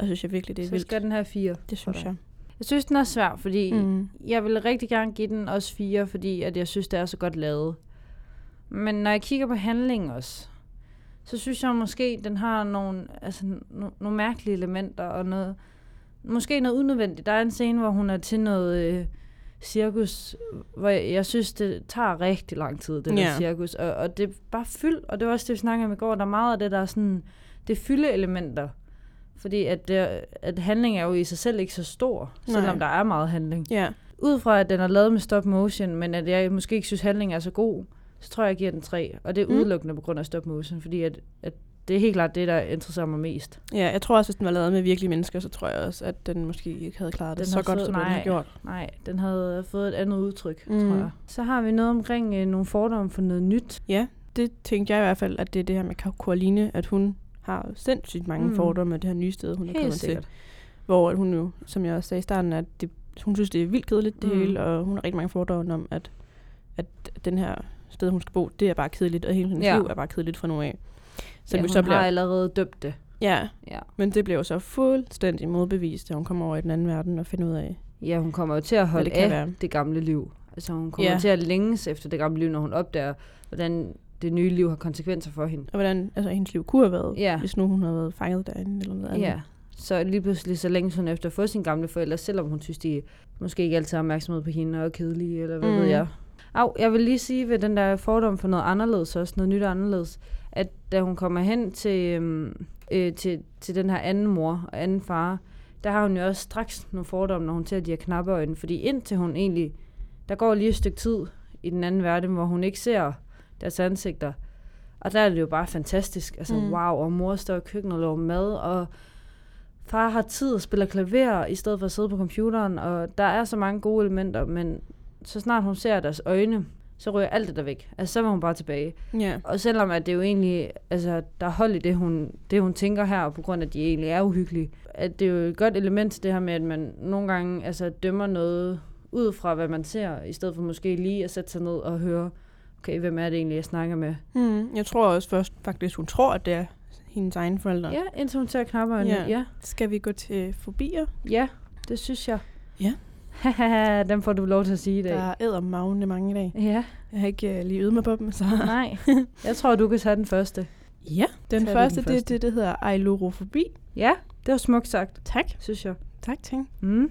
[SPEAKER 2] der synes jeg virkelig, det er
[SPEAKER 1] Så
[SPEAKER 2] vildt.
[SPEAKER 1] skal den have fire.
[SPEAKER 2] Det synes jeg.
[SPEAKER 1] Jeg synes, den er svær, fordi mm.
[SPEAKER 2] Mm.
[SPEAKER 1] jeg vil rigtig gerne give den også fire, fordi at jeg synes, det er så godt lavet. Men når jeg kigger på handlingen også, så synes jeg måske, den har nogle, altså, no, nogle mærkelige elementer og noget, måske noget unødvendigt. Der er en scene, hvor hun er til noget øh, cirkus, hvor jeg, jeg synes, det tager rigtig lang tid, det der
[SPEAKER 2] Ja.
[SPEAKER 1] cirkus. Og, og det er bare fyld, og det var også det, vi snakkede om i går. Der er meget af det, der er sådan, det er fyldeelementer. Fordi at, det, at handling er jo i sig selv ikke så stor,
[SPEAKER 2] Nej.
[SPEAKER 1] selvom der er meget handling.
[SPEAKER 2] Ja,
[SPEAKER 1] Ud fra, at den er lavet med stop motion, men at jeg måske ikke synes, handling er så god, så tror jeg, jeg giver den 3. Og det er
[SPEAKER 2] Mm.
[SPEAKER 1] udelukkende på grund af stop motion, fordi at, at det er helt klart det, der interesserer mig mest.
[SPEAKER 2] ja, jeg tror også, hvis den var lavet med virkelige mennesker, så tror jeg også, at den måske ikke havde klaret det
[SPEAKER 1] Den
[SPEAKER 2] den så
[SPEAKER 1] har
[SPEAKER 2] godt,
[SPEAKER 1] fået-
[SPEAKER 2] som den
[SPEAKER 1] nej.
[SPEAKER 2] har gjort.
[SPEAKER 1] Nej, den havde fået et andet udtryk, mm.
[SPEAKER 2] Mm.
[SPEAKER 1] tror jeg. Så har vi noget omkring øh, nogle fordomme for noget nyt.
[SPEAKER 2] Ja, det tænkte jeg i hvert fald, at det er det her med Ka- Coraline, at hun har jo sindssygt mange
[SPEAKER 1] Mm.
[SPEAKER 2] mm. fordomme af det her nye sted, hun er
[SPEAKER 1] Helt
[SPEAKER 2] kommet
[SPEAKER 1] sikkert.
[SPEAKER 2] til. Hvor at hun jo, som jeg også sagde i starten, at det, hun synes, det er vildt kedeligt det
[SPEAKER 1] Mm.
[SPEAKER 2] mm. hele, og hun har rigtig mange fordomme om, at, at den her sted, hun skal bo, det er bare kedeligt, og hele hendes
[SPEAKER 1] Ja.
[SPEAKER 2] liv er bare kedeligt fra nu af. Så
[SPEAKER 1] ja,
[SPEAKER 2] ja, vi
[SPEAKER 1] hun
[SPEAKER 2] så
[SPEAKER 1] har
[SPEAKER 2] bliver,
[SPEAKER 1] allerede døbt det.
[SPEAKER 2] ja,
[SPEAKER 1] Ja.
[SPEAKER 2] men det bliver jo så fuldstændig modbevist, da hun kommer over i den anden verden og finder ud af,
[SPEAKER 1] Ja, hun kommer jo til at holde
[SPEAKER 2] det
[SPEAKER 1] det
[SPEAKER 2] kan
[SPEAKER 1] af være.
[SPEAKER 2] være.
[SPEAKER 1] det gamle liv. Altså hun kommer
[SPEAKER 2] Ja.
[SPEAKER 1] til at længes efter det gamle liv, når hun opdager, hvordan det nye liv har konsekvenser for hende.
[SPEAKER 2] og hvordan altså, hendes liv kunne have været,
[SPEAKER 1] Ja.
[SPEAKER 2] hvis nu hun havde været fanget derinde eller noget andet.
[SPEAKER 1] Ja. Så lige pludselig, så længes hun efter at få sine gamle forældre, selvom hun synes, de måske ikke altid har opmærksomhed på hende og er kedelige, eller hvad mm. ved
[SPEAKER 2] Mm.
[SPEAKER 1] jeg. Au, jeg vil lige sige ved den der fordom for noget anderledes også, noget nyt og anderledes, at da hun kommer hen til, øhm, øh, til, til den her anden mor og anden far, der har hun jo også straks nogle fordomme, når hun ser de her knappe øjne, fordi indtil hun egentlig, der går lige et stykke tid i den anden verden, hvor hun ikke ser deres ansigter, og der er det jo bare fantastisk, altså mm.
[SPEAKER 2] Mm.
[SPEAKER 1] wow, og mor står i køkkenet og laver mad, og far har tid og spiller klaver, i stedet for at sidde på computeren, og der er så mange gode elementer, men så snart hun ser deres øjne, så ryger alt det der væk. Altså, så var hun bare tilbage.
[SPEAKER 2] Ja.
[SPEAKER 1] Og selvom at det jo egentlig, altså, der er hold i det hun, det, hun tænker her, på grund af, at de egentlig er uhyggelige, at det er jo et godt element til det her med, at man nogle gange altså, dømmer noget ud fra, hvad man ser, i stedet for måske lige at sætte sig ned og høre, okay, hvem er det egentlig, jeg snakker med?
[SPEAKER 2] Mm, jeg tror også først faktisk, hun tror, at det er hendes egne forældre.
[SPEAKER 1] Ja, indtil hun tager knapperne. Ja.
[SPEAKER 2] Ja.
[SPEAKER 1] ja.
[SPEAKER 2] Skal vi gå til fobier?
[SPEAKER 1] Ja, det synes jeg.
[SPEAKER 2] Ja.
[SPEAKER 1] Haha, den får du lov til at sige i dag.
[SPEAKER 2] Der æder magne mange i dag.
[SPEAKER 1] Ja,
[SPEAKER 2] Jeg har ikke øh, lige øvet mig på dem, så...
[SPEAKER 1] nej. Jeg tror, du kan tage den første.
[SPEAKER 2] Ja, den
[SPEAKER 1] Så er det
[SPEAKER 2] første,
[SPEAKER 1] den
[SPEAKER 2] det er
[SPEAKER 1] første.
[SPEAKER 2] det, der hedder ailorofobi.
[SPEAKER 1] Ja, det var smukt sagt,
[SPEAKER 2] Tak.
[SPEAKER 1] synes jeg.
[SPEAKER 2] Tak, Ting. Øh,
[SPEAKER 1] Mm.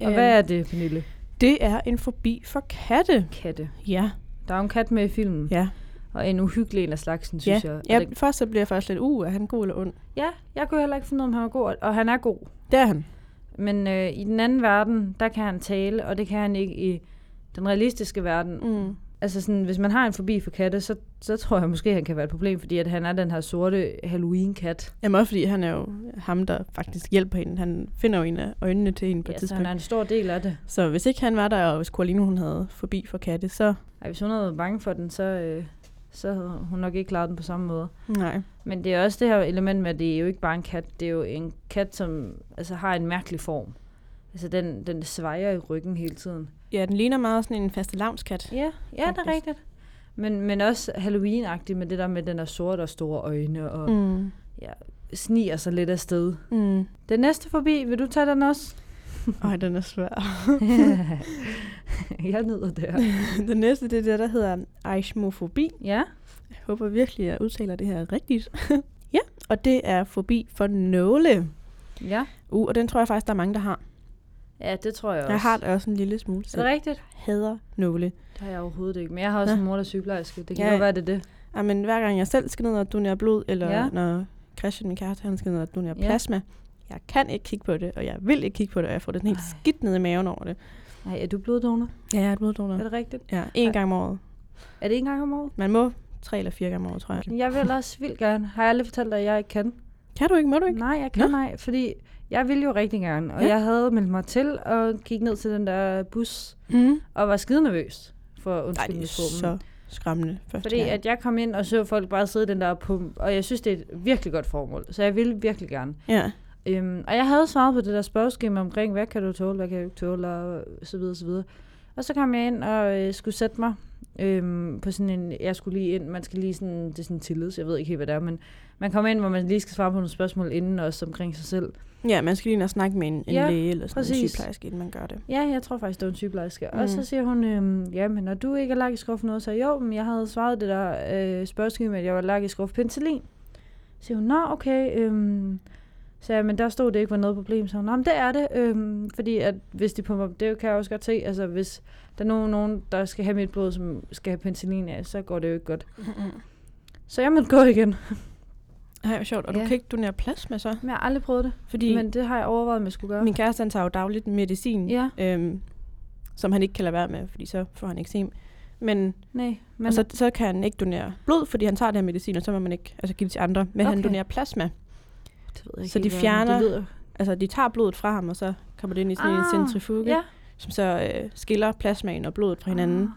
[SPEAKER 1] Og
[SPEAKER 2] Øhm.
[SPEAKER 1] hvad er det, Pernille?
[SPEAKER 2] Det er en fobi for katte.
[SPEAKER 1] Katte.
[SPEAKER 2] Ja.
[SPEAKER 1] Der er jo en kat med i filmen,
[SPEAKER 2] Ja.
[SPEAKER 1] og en uhyggelig en af slagsen,
[SPEAKER 2] ja.
[SPEAKER 1] Mm, synes jeg. Og
[SPEAKER 2] ja.
[SPEAKER 1] den-
[SPEAKER 2] Først så bliver jeg faktisk lidt, uh, er han god eller ond?
[SPEAKER 1] ja, jeg kunne heller ikke finde ud af, om han var god, og han er god.
[SPEAKER 2] Det er han.
[SPEAKER 1] Men øh, i den anden verden, der kan han tale, og det kan han ikke i den realistiske verden.
[SPEAKER 2] Mm.
[SPEAKER 1] Altså sådan, hvis man har en forbi for katte, så, så tror jeg måske, han kan være et problem, fordi at han er den her sorte Halloween-kat.
[SPEAKER 2] Jamen også fordi, han er jo ham, der faktisk hjælper hende. Han finder jo en af øjnene til hende på et
[SPEAKER 1] Ja, så
[SPEAKER 2] tidspunkt.
[SPEAKER 1] han er en stor del af det.
[SPEAKER 2] Så hvis ikke han var der, og hvis Coraline hun havde forbi for katte, så
[SPEAKER 1] Ej, hvis hun havde været bange for den, så, øh, så havde hun nok ikke klaret den på samme måde.
[SPEAKER 2] nej.
[SPEAKER 1] Men det er også det her element med, at det er jo ikke bare en kat. Det er jo en kat, som altså, har en mærkelig form. Altså, den, den svejer i ryggen hele tiden.
[SPEAKER 2] Ja, den ligner meget sådan en faste lavnskat.
[SPEAKER 1] Ja, ja det er
[SPEAKER 2] Faktisk.
[SPEAKER 1] rigtigt. Men, men også Halloween-agtig med det der med, at den er sort og store øjne og mm.
[SPEAKER 2] Mm.
[SPEAKER 1] sniger sig lidt af sted.
[SPEAKER 2] Mm.
[SPEAKER 1] Den næste forbi, vil du tage den også?
[SPEAKER 2] Ej, den er svær.
[SPEAKER 1] jeg nyder det her.
[SPEAKER 2] det næste, det er det, der hedder aismofobi.
[SPEAKER 1] Ja.
[SPEAKER 2] Jeg håber virkelig, at jeg udtaler det her rigtigt. ja, og det er fobi for nåle.
[SPEAKER 1] Ja.
[SPEAKER 2] Uh, og den tror jeg faktisk, der er mange, der har.
[SPEAKER 1] Ja, det tror jeg også.
[SPEAKER 2] Jeg har det også en lille smule.
[SPEAKER 1] Er det
[SPEAKER 2] Så
[SPEAKER 1] rigtigt?
[SPEAKER 2] hader nåle.
[SPEAKER 1] Det har jeg overhovedet ikke. Men jeg har også
[SPEAKER 2] Ja.
[SPEAKER 1] en mor, der er sygeplejerske. Det kan
[SPEAKER 2] Ja.
[SPEAKER 1] jo være, det er det.
[SPEAKER 2] Jamen, Ah, hver gang jeg selv skal ned og donere blod, eller
[SPEAKER 1] Ja.
[SPEAKER 2] ja. når Christian, min kæreste, han skal ned og donere
[SPEAKER 1] Ja.
[SPEAKER 2] ja. plasma, jeg kan ikke kigge på det, og jeg vil ikke kigge på det, og jeg får det sådan helt
[SPEAKER 1] Ej.
[SPEAKER 2] skidt ned i maven over det.
[SPEAKER 1] Nej, er du bloddonor?
[SPEAKER 2] Ja, jeg er et
[SPEAKER 1] Er
[SPEAKER 2] bloddonor.
[SPEAKER 1] det rigtigt?
[SPEAKER 2] Ja, en
[SPEAKER 1] Ej.
[SPEAKER 2] gang om året.
[SPEAKER 1] Er det en gang om året?
[SPEAKER 2] Man må tre eller fire gange om året, tror jeg.
[SPEAKER 1] Jeg vil også vildt gerne. Har jeg aldrig fortalt dig, at jeg ikke kan?
[SPEAKER 2] Kan du ikke? Må du ikke?
[SPEAKER 1] Nej, jeg kan nej, fordi jeg ville jo rigtig gerne. Og
[SPEAKER 2] Ja.
[SPEAKER 1] jeg havde meldt mig til og gik ned til den der bus
[SPEAKER 2] Mm.
[SPEAKER 1] og var skide nervøs for
[SPEAKER 2] Nej, det er
[SPEAKER 1] undskyldning
[SPEAKER 2] så skræmmende. Første
[SPEAKER 1] Fordi
[SPEAKER 2] gang.
[SPEAKER 1] at jeg kom ind og så folk bare sidde i den der pump, og jeg synes, det er et virkelig godt formål, så jeg ville virkelig gerne.
[SPEAKER 2] Ja.
[SPEAKER 1] Øhm, og jeg havde svaret på det der spørgeskema omkring, hvad kan du tåle, hvad kan du ikke tåle, og så videre, så videre. Og så kom jeg ind og øh, skulle sætte mig øhm, på sådan en, jeg skulle lige ind, man skal lige sådan, det er sådan en tillids, jeg ved ikke helt, hvad det er, men man kommer ind, hvor man lige skal svare på nogle spørgsmål inden også omkring sig selv.
[SPEAKER 2] ja, man skal lige ind og snakke med en, en
[SPEAKER 1] Ja,
[SPEAKER 2] læge eller sådan en
[SPEAKER 1] præcis.
[SPEAKER 2] sygeplejerske, inden man gør det.
[SPEAKER 1] Ja, jeg tror faktisk, det var en sygeplejerske. Mm.
[SPEAKER 2] Mm.
[SPEAKER 1] Og så siger hun, øhm, jamen, når du ikke er allergisk over for noget, så jo, men jeg havde svaret det der øh, spørgsmål med, at jeg var allergisk over for penicillin. Så siger hun, nå, okay. Øhm, så sagde jeg, men der stod det ikke var noget problem. Så hun, nå, men det er det. Øhm, fordi at hvis de pumper, det kan jeg også godt se, altså hvis der er nogen, nogen, der skal have mit blod, som skal have penicillin af, så går det jo ikke godt. Så jeg måtte gå igen.
[SPEAKER 2] Ej, hvor sjovt. Og du
[SPEAKER 1] Ja.
[SPEAKER 2] kan ikke donere plasma så?
[SPEAKER 1] Men jeg har aldrig prøvet det.
[SPEAKER 2] Fordi
[SPEAKER 1] Men det har jeg overvejet, om jeg skulle gøre.
[SPEAKER 2] min kæreste, han tager jo dagligt medicin,
[SPEAKER 1] Ja.
[SPEAKER 2] øhm, som han ikke kan lade være med, fordi så får han eksem. Men,
[SPEAKER 1] Nej, men
[SPEAKER 2] men og så, så kan han ikke donere blod, fordi han tager det her medicin, og så må man ikke altså, give det til andre. Men okay. han
[SPEAKER 1] Okay.
[SPEAKER 2] donerer plasma.
[SPEAKER 1] det ved jeg
[SPEAKER 2] så
[SPEAKER 1] helt,
[SPEAKER 2] de
[SPEAKER 1] hvad-
[SPEAKER 2] fjerner-
[SPEAKER 1] Det lyder.
[SPEAKER 2] Altså, de tager blodet fra ham, og så kommer det ind i sådan en
[SPEAKER 1] Ah,
[SPEAKER 2] centrifuge,
[SPEAKER 1] Ja.
[SPEAKER 2] som så øh, skiller plasmaen og blodet fra hinanden.
[SPEAKER 1] Ah.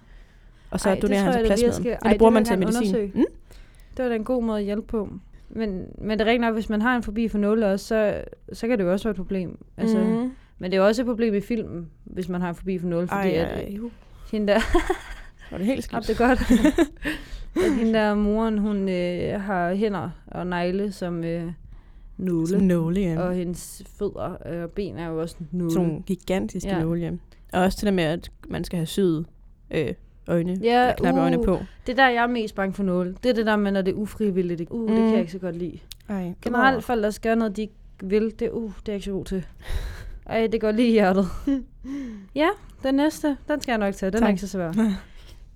[SPEAKER 2] Og så
[SPEAKER 1] Ej, det
[SPEAKER 2] donerer
[SPEAKER 1] tror
[SPEAKER 2] han
[SPEAKER 1] jeg da, vi
[SPEAKER 2] plasmaet.
[SPEAKER 1] skal-
[SPEAKER 2] Skal...
[SPEAKER 1] ej,
[SPEAKER 2] Eller bruger
[SPEAKER 1] det vil
[SPEAKER 2] man
[SPEAKER 1] jeg
[SPEAKER 2] til
[SPEAKER 1] gerne
[SPEAKER 2] medicin. Mm?
[SPEAKER 1] undersøge. Mm. Det var da en god måde at hjælpe på. Men, men det er rigtig nok, hvis man har en forbi for nåle også, så, så kan det jo også være et problem. Altså, mm.
[SPEAKER 2] Mhm.
[SPEAKER 1] Men det er jo også et problem i filmen, hvis man har en forbi for nåle, fordi
[SPEAKER 2] Ej,
[SPEAKER 1] ej,
[SPEAKER 2] ej,
[SPEAKER 1] at
[SPEAKER 2] ej.
[SPEAKER 1] hende der,
[SPEAKER 2] Var det helt
[SPEAKER 1] Op,
[SPEAKER 2] skidt?
[SPEAKER 1] det er godt, at hende der moren, hun øh, har hænder og negle som øh, nåle.
[SPEAKER 2] Som nåle, ja.
[SPEAKER 1] Og hendes fødder øh, og ben er jo også nåle.
[SPEAKER 2] Sådan nogle gigantiske
[SPEAKER 1] Ja.
[SPEAKER 2] ja. nåle, ja. Og også til det med, at man skal have syet øh, øjne,
[SPEAKER 1] Ja,
[SPEAKER 2] ja, knappe
[SPEAKER 1] uh.
[SPEAKER 2] øjne på.
[SPEAKER 1] Det er der, jeg er mest bange for nåle. Det er det der med, når det er ufrivilligt. ikke? Uh, mm. det kan
[SPEAKER 2] Mm.
[SPEAKER 1] jeg ikke så godt lide.
[SPEAKER 2] Ej,
[SPEAKER 1] Generelt folk, der skal gøre noget, de ikke vil, det, uh, det er jeg ikke så god til. Ej, det går lige i hjertet. ja, den næste, den skal jeg nok tage. Den tak. er
[SPEAKER 2] Tak.
[SPEAKER 1] ikke så svær.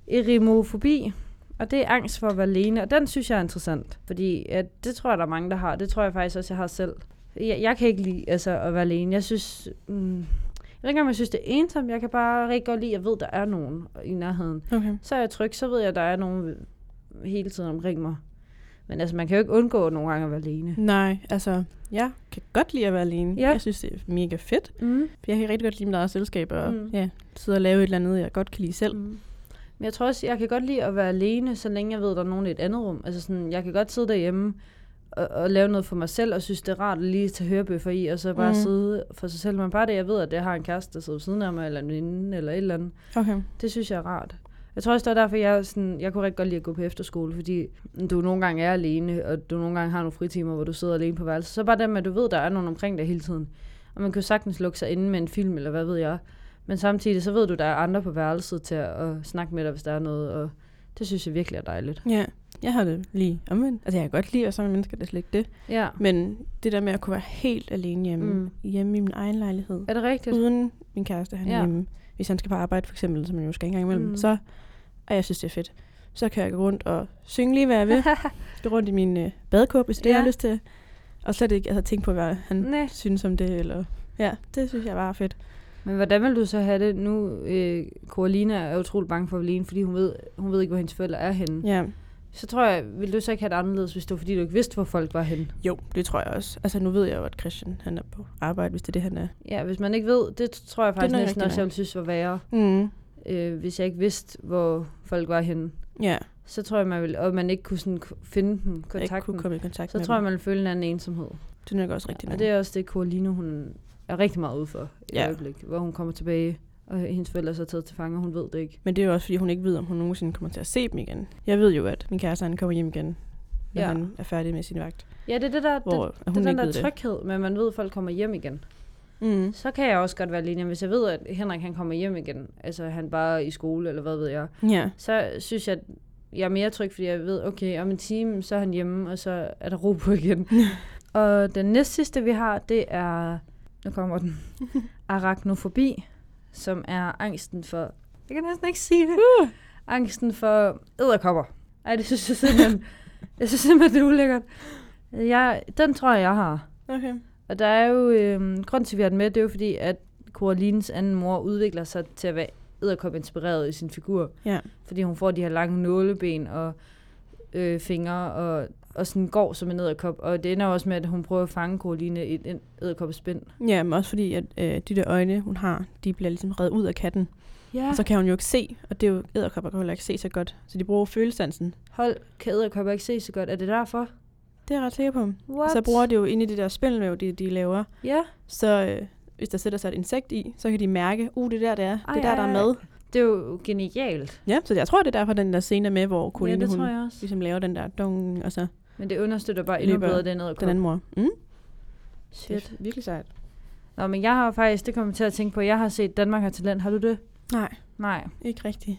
[SPEAKER 1] Erimofobi, og det er angst for at være alene, og den synes jeg er interessant. Fordi at det tror jeg, der er mange, der har. Det tror jeg faktisk også, jeg har selv. Jeg, jeg kan ikke lide altså, at være alene. Jeg synes... Mm, jeg ved ikke engang, om jeg synes, det er ensomt. Jeg kan bare rigtig godt lide, at jeg ved, der er nogen i nærheden
[SPEAKER 2] Okay.
[SPEAKER 1] så er jeg tryg, så ved jeg, at der er nogen hele tiden omkring mig. Men altså, man kan jo ikke undgå nogle gange at være alene.
[SPEAKER 2] Nej, altså, jeg kan godt lide at være alene.
[SPEAKER 1] Ja.
[SPEAKER 2] Ja. Jeg synes, det er mega fedt.
[SPEAKER 1] Mm.
[SPEAKER 2] For Jeg kan rigtig godt lide mit eget selskab, og
[SPEAKER 1] Mm.
[SPEAKER 2] mm. ja, sidde og lave et eller andet, jeg godt kan lide selv.
[SPEAKER 1] Mm. Men jeg tror også, jeg kan godt lide at være alene, så længe jeg ved, at der er nogen i et andet rum. Altså sådan, jeg kan godt sidde derhjemme og, og lave noget for mig selv, og synes, det er rart at lige tage hørebøffer i, og så bare mm.
[SPEAKER 2] Mm.
[SPEAKER 1] sidde for sig selv. Men bare det, jeg ved, at jeg har en kæreste, der sidder ved siden af mig, eller en veninde, eller et eller andet.
[SPEAKER 2] Okay.
[SPEAKER 1] Det synes jeg er rart. Jeg tror også, det var derfor, jeg, sådan, jeg kunne rigtig godt lide at gå på efterskole, fordi du nogle gange er alene, og du nogle gange har nogle fritimer, hvor du sidder alene på værelset. Så bare det med, at du ved, der er nogen omkring dig hele tiden. Og man kan jo sagtens lukke sig inde med en film, eller hvad ved jeg. Men samtidig, så ved du, der er andre på værelset til at, at snakke med dig, hvis der er noget. Og det synes jeg virkelig er dejligt.
[SPEAKER 2] Ja, jeg har det lige omvendt. Altså, jeg kan godt lide at være sammen med mennesker, det er slet ikke det.
[SPEAKER 1] Ja.
[SPEAKER 2] Men det der med at kunne være helt alene
[SPEAKER 1] Mm.
[SPEAKER 2] hjemme, mm. hjemme i min egen lejlighed,
[SPEAKER 1] Er det rigtigt?
[SPEAKER 2] uden min kæreste, han
[SPEAKER 1] Ja.
[SPEAKER 2] ja. hjemme. Hvis han skal på arbejde, for eksempel, som man jo skal engang imellem,
[SPEAKER 1] Mm.
[SPEAKER 2] mm. så, og jeg synes, det er fedt, så kan jeg gå rundt og synge lige, hvad jeg vil. gå rundt i min øh, badekåb, hvis det
[SPEAKER 1] Ja. Mm.
[SPEAKER 2] er det, jeg har lyst til. Og slet ikke altså, tænke på, hvad han
[SPEAKER 1] Nej.
[SPEAKER 2] synes om det. Eller, ja, det synes jeg bare er fedt.
[SPEAKER 1] Men hvordan vil du så have det nu? Øh, Coralina er utrolig bange for at være alene, fordi hun ved, hun ved ikke, hvor hendes forældre er henne.
[SPEAKER 2] Ja.
[SPEAKER 1] Så tror jeg, ville du så ikke have det anderledes, hvis det var, fordi du ikke vidste, hvor folk var henne?
[SPEAKER 2] Jo, det tror jeg også. Altså, nu ved jeg jo, at Christian han er på arbejde, hvis det er det, han er.
[SPEAKER 1] Ja, hvis man ikke ved, det tror jeg faktisk
[SPEAKER 2] nok
[SPEAKER 1] næsten
[SPEAKER 2] rigtigt
[SPEAKER 1] også,
[SPEAKER 2] nok.
[SPEAKER 1] jeg ville synes var værre,
[SPEAKER 2] Mm.
[SPEAKER 1] øh, hvis jeg ikke vidste, hvor folk var henne.
[SPEAKER 2] Ja,
[SPEAKER 1] Så tror jeg, man ville, og man ikke kunne sådan k- finde dem,
[SPEAKER 2] jeg ikke
[SPEAKER 1] kontakten,
[SPEAKER 2] kunne komme i kontakt
[SPEAKER 1] så
[SPEAKER 2] med
[SPEAKER 1] tror jeg,
[SPEAKER 2] dem.
[SPEAKER 1] man ville føle en anden ensomhed.
[SPEAKER 2] Det er nok også rigtigt.
[SPEAKER 1] Og det er også det, Coraline, hun er rigtig meget ude for i ja.
[SPEAKER 2] Ja.
[SPEAKER 1] øjeblik, hvor hun kommer tilbage, og hendes forældre er så taget til fange, og hun ved det ikke.
[SPEAKER 2] Men det er jo også, fordi hun ikke ved, om hun nogensinde kommer til at se dem igen. Jeg ved jo, at min kæreste han kommer hjem igen,
[SPEAKER 1] Ja.
[SPEAKER 2] når ja. han er færdig med sin vagt.
[SPEAKER 1] Ja, det er det der, det,
[SPEAKER 2] Hvor
[SPEAKER 1] det,
[SPEAKER 2] hun
[SPEAKER 1] er den
[SPEAKER 2] ikke
[SPEAKER 1] der
[SPEAKER 2] ved det.
[SPEAKER 1] tryghed, men man ved, at folk kommer hjem igen.
[SPEAKER 2] Mm.
[SPEAKER 1] så kan jeg også godt være alene. Hvis jeg ved, at Henrik han kommer hjem igen, altså han bare er i skole, eller hvad ved jeg,
[SPEAKER 2] Ja.
[SPEAKER 1] så synes jeg, at jeg er mere tryg, fordi jeg ved, okay, om en time, så er han hjemme, og så er der ro på igen. og den næst sidste, vi har, det er, nu kommer den, arachnofobi, som er angsten for, jeg kan næsten ikke sige det,
[SPEAKER 2] Uh.
[SPEAKER 1] angsten for æderkopper. Ej, det synes jeg simpelthen, jeg synes simpelthen, det er ulækkert. Jeg, den tror jeg, jeg har.
[SPEAKER 2] Okay.
[SPEAKER 1] Og der er jo øh, grund til, at vi har den med, det er jo fordi, at Coralines anden mor udvikler sig til at være edderkop inspireret i sin figur.
[SPEAKER 2] Ja.
[SPEAKER 1] Fordi hun får de her lange nåleben og øh, fingre og, og sådan går som en edderkop. Og det ender jo også med, at hun prøver at fange Coraline i en edderkoppespind.
[SPEAKER 2] Ja, men også fordi, at øh, de der øjne, hun har, de bliver ligesom reddet ud af katten.
[SPEAKER 1] Ja.
[SPEAKER 2] Og så kan hun jo ikke se, og det er jo, æderkopper kan heller ikke se så godt. Så de bruger følesansen.
[SPEAKER 1] Hold, kan edderkopper ikke se så godt? Er det derfor?
[SPEAKER 2] Det er jeg ret sikker på. Og
[SPEAKER 1] What?
[SPEAKER 2] så bruger de jo inde i det der spindelvæv, de, de laver,
[SPEAKER 1] Ja.
[SPEAKER 2] så øh, hvis der sætter sig et insekt i, så kan de mærke, uh, det er der, det er.
[SPEAKER 1] Ej,
[SPEAKER 2] det er der, der
[SPEAKER 1] ej,
[SPEAKER 2] er
[SPEAKER 1] ej.
[SPEAKER 2] med.
[SPEAKER 1] Det er jo genialt.
[SPEAKER 2] Ja, så jeg tror, det er derfor, den der scene er med, hvor Coline,
[SPEAKER 1] ja, det
[SPEAKER 2] hun
[SPEAKER 1] tror jeg også.
[SPEAKER 2] ligesom laver den der dong, og så
[SPEAKER 1] Men det understøtter bare endnu
[SPEAKER 2] Løber
[SPEAKER 1] bedre den edderkop.
[SPEAKER 2] den anden mor. Mm?
[SPEAKER 1] Shit.
[SPEAKER 2] Det er virkelig sejt.
[SPEAKER 1] Nå, men jeg har faktisk, det kommer jeg til at tænke på, jeg har set Danmark har talent. Har du det?
[SPEAKER 2] Nej,
[SPEAKER 1] Nej.
[SPEAKER 2] ikke rigtigt.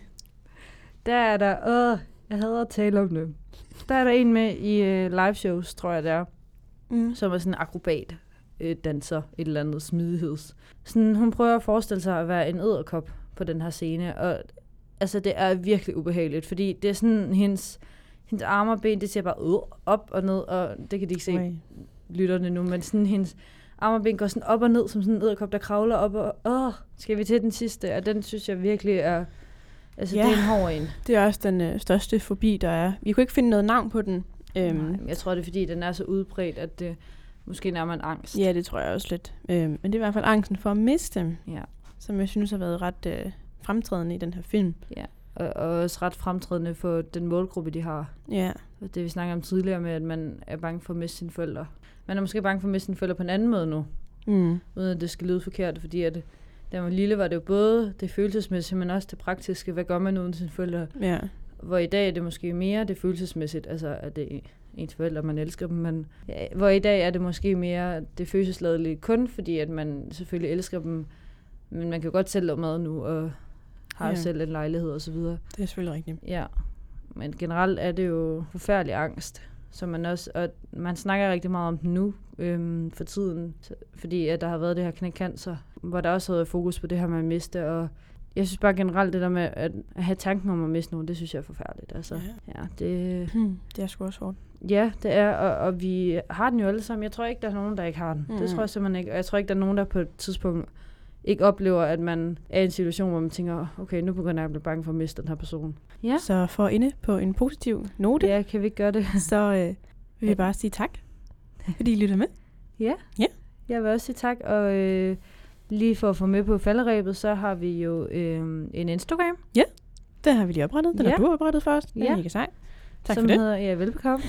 [SPEAKER 1] Der er der, åh, jeg hader at tale om det. Der er der en med i øh, live shows, tror jeg det er,
[SPEAKER 2] Mm.
[SPEAKER 1] som er sådan en akrobat øh, danser, et eller andet smidigheds. Sådan, hun prøver at forestille sig at være en æderkop på den her scene, og altså, det er virkelig ubehageligt, fordi det er sådan hendes, hendes arme og ben, det ser bare øh, op og ned, og det kan de ikke se
[SPEAKER 2] Ui.
[SPEAKER 1] lytterne nu, men sådan hendes arme og ben går sådan op og ned, som sådan en edderkop, der kravler op og, åh, skal vi til den sidste? Og den synes jeg virkelig er, altså
[SPEAKER 2] Ja.
[SPEAKER 1] det er en hård en.
[SPEAKER 2] Det er også den øh, største fobi, der er. Vi kunne ikke finde noget navn på den. Øhm,
[SPEAKER 1] Nej, men jeg tror, det er fordi, den er så udbredt, at det måske nærmer en angst.
[SPEAKER 2] ja, det tror jeg også lidt. Øhm, men det er i hvert fald angsten for at miste dem,
[SPEAKER 1] ja.
[SPEAKER 2] som jeg synes har været ret øh, fremtrædende i den her film.
[SPEAKER 1] Og, og også ret fremtrædende for den målgruppe, de har.
[SPEAKER 2] Ja,
[SPEAKER 1] Og Det vi snakker om tidligere med, at man er bange for at miste sine forældre. Man er måske bange for at miste sine forældre på en anden måde nu,
[SPEAKER 2] mm.
[SPEAKER 1] uden at det skal lyde forkert, fordi at da man var lille, var det jo både det følelsesmæssige, men også det praktiske. Hvad gør man uden sine forældre?
[SPEAKER 2] ja.
[SPEAKER 1] Hvor i dag er det måske mere det følelsesmæssigt, altså at det er ens forældre, man elsker dem, men ja, hvor i dag er det måske mere det følelsesladelige kun, fordi at man selvfølgelig elsker dem, men man kan jo godt selv lave mad nu, og har
[SPEAKER 2] Ja.
[SPEAKER 1] ja. selv en lejlighed og så videre.
[SPEAKER 2] det er selvfølgelig rigtigt.
[SPEAKER 1] Ja, men generelt er det jo forfærdelig angst, som man også, og man snakker rigtig meget om den nu øhm, for tiden, så- fordi at der har været det her knæk cancer, hvor der også har været fokus på det her med at miste, og jeg synes bare generelt det der med at, at have tanken om at miste nogen, det synes jeg er forfærdeligt. Altså.
[SPEAKER 2] Ja.
[SPEAKER 1] Ja, det,
[SPEAKER 2] Hmm. Det er sgu også hårdt.
[SPEAKER 1] ja, det er, og, og vi har den jo alle sammen. Jeg tror ikke, der er nogen, der ikke har den. Mm.
[SPEAKER 2] Mm.
[SPEAKER 1] Det tror jeg simpelthen ikke. Og jeg tror ikke, der er nogen, der på et tidspunkt ikke oplever, at man er i en situation, hvor man tænker, okay, nu begynder jeg at blive bange for at miste den her person. Ja,
[SPEAKER 2] Så for at ende på en positiv note,
[SPEAKER 1] ja kan vi ikke gøre det?
[SPEAKER 2] så øh, vil vi bare sige tak, fordi I lytter med.
[SPEAKER 1] Jeg vil også sige tak, og øh, lige for at få med på falderæbet, så har vi jo øh, en Instagram,
[SPEAKER 2] Den har vi lige oprettet. Den
[SPEAKER 1] Ja.
[SPEAKER 2] har du oprettet først. Den er
[SPEAKER 1] Ja.
[SPEAKER 2] mega sej. Tak
[SPEAKER 1] som
[SPEAKER 2] for det.
[SPEAKER 1] hedder, ja, velbekomme,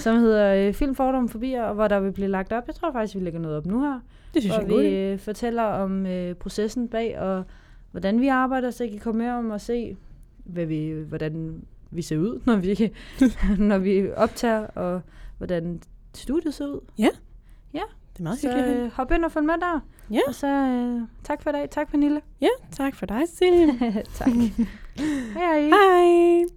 [SPEAKER 1] som hedder øh, Film, Fordom, Fobier, og hvor der vil blive lagt op. Jeg tror faktisk, vi lægger noget op nu her.
[SPEAKER 2] Det synes jeg er
[SPEAKER 1] hvor
[SPEAKER 2] en god idé.
[SPEAKER 1] vi øh, fortæller om øh, processen bag, og hvordan vi arbejder, så I kan komme med om og se, hvad vi, øh, hvordan vi ser ud, når vi, når vi optager, og hvordan studiet ser ud.
[SPEAKER 2] Det er meget hyggeligt.
[SPEAKER 1] Så øh, hop ind og følg med der.
[SPEAKER 2] Ja.
[SPEAKER 1] Og så øh, tak for i dag. Tak, Pernille.
[SPEAKER 2] Ja, tak for dig, Cecilie.
[SPEAKER 1] tak. Hej. hej.
[SPEAKER 2] Hej.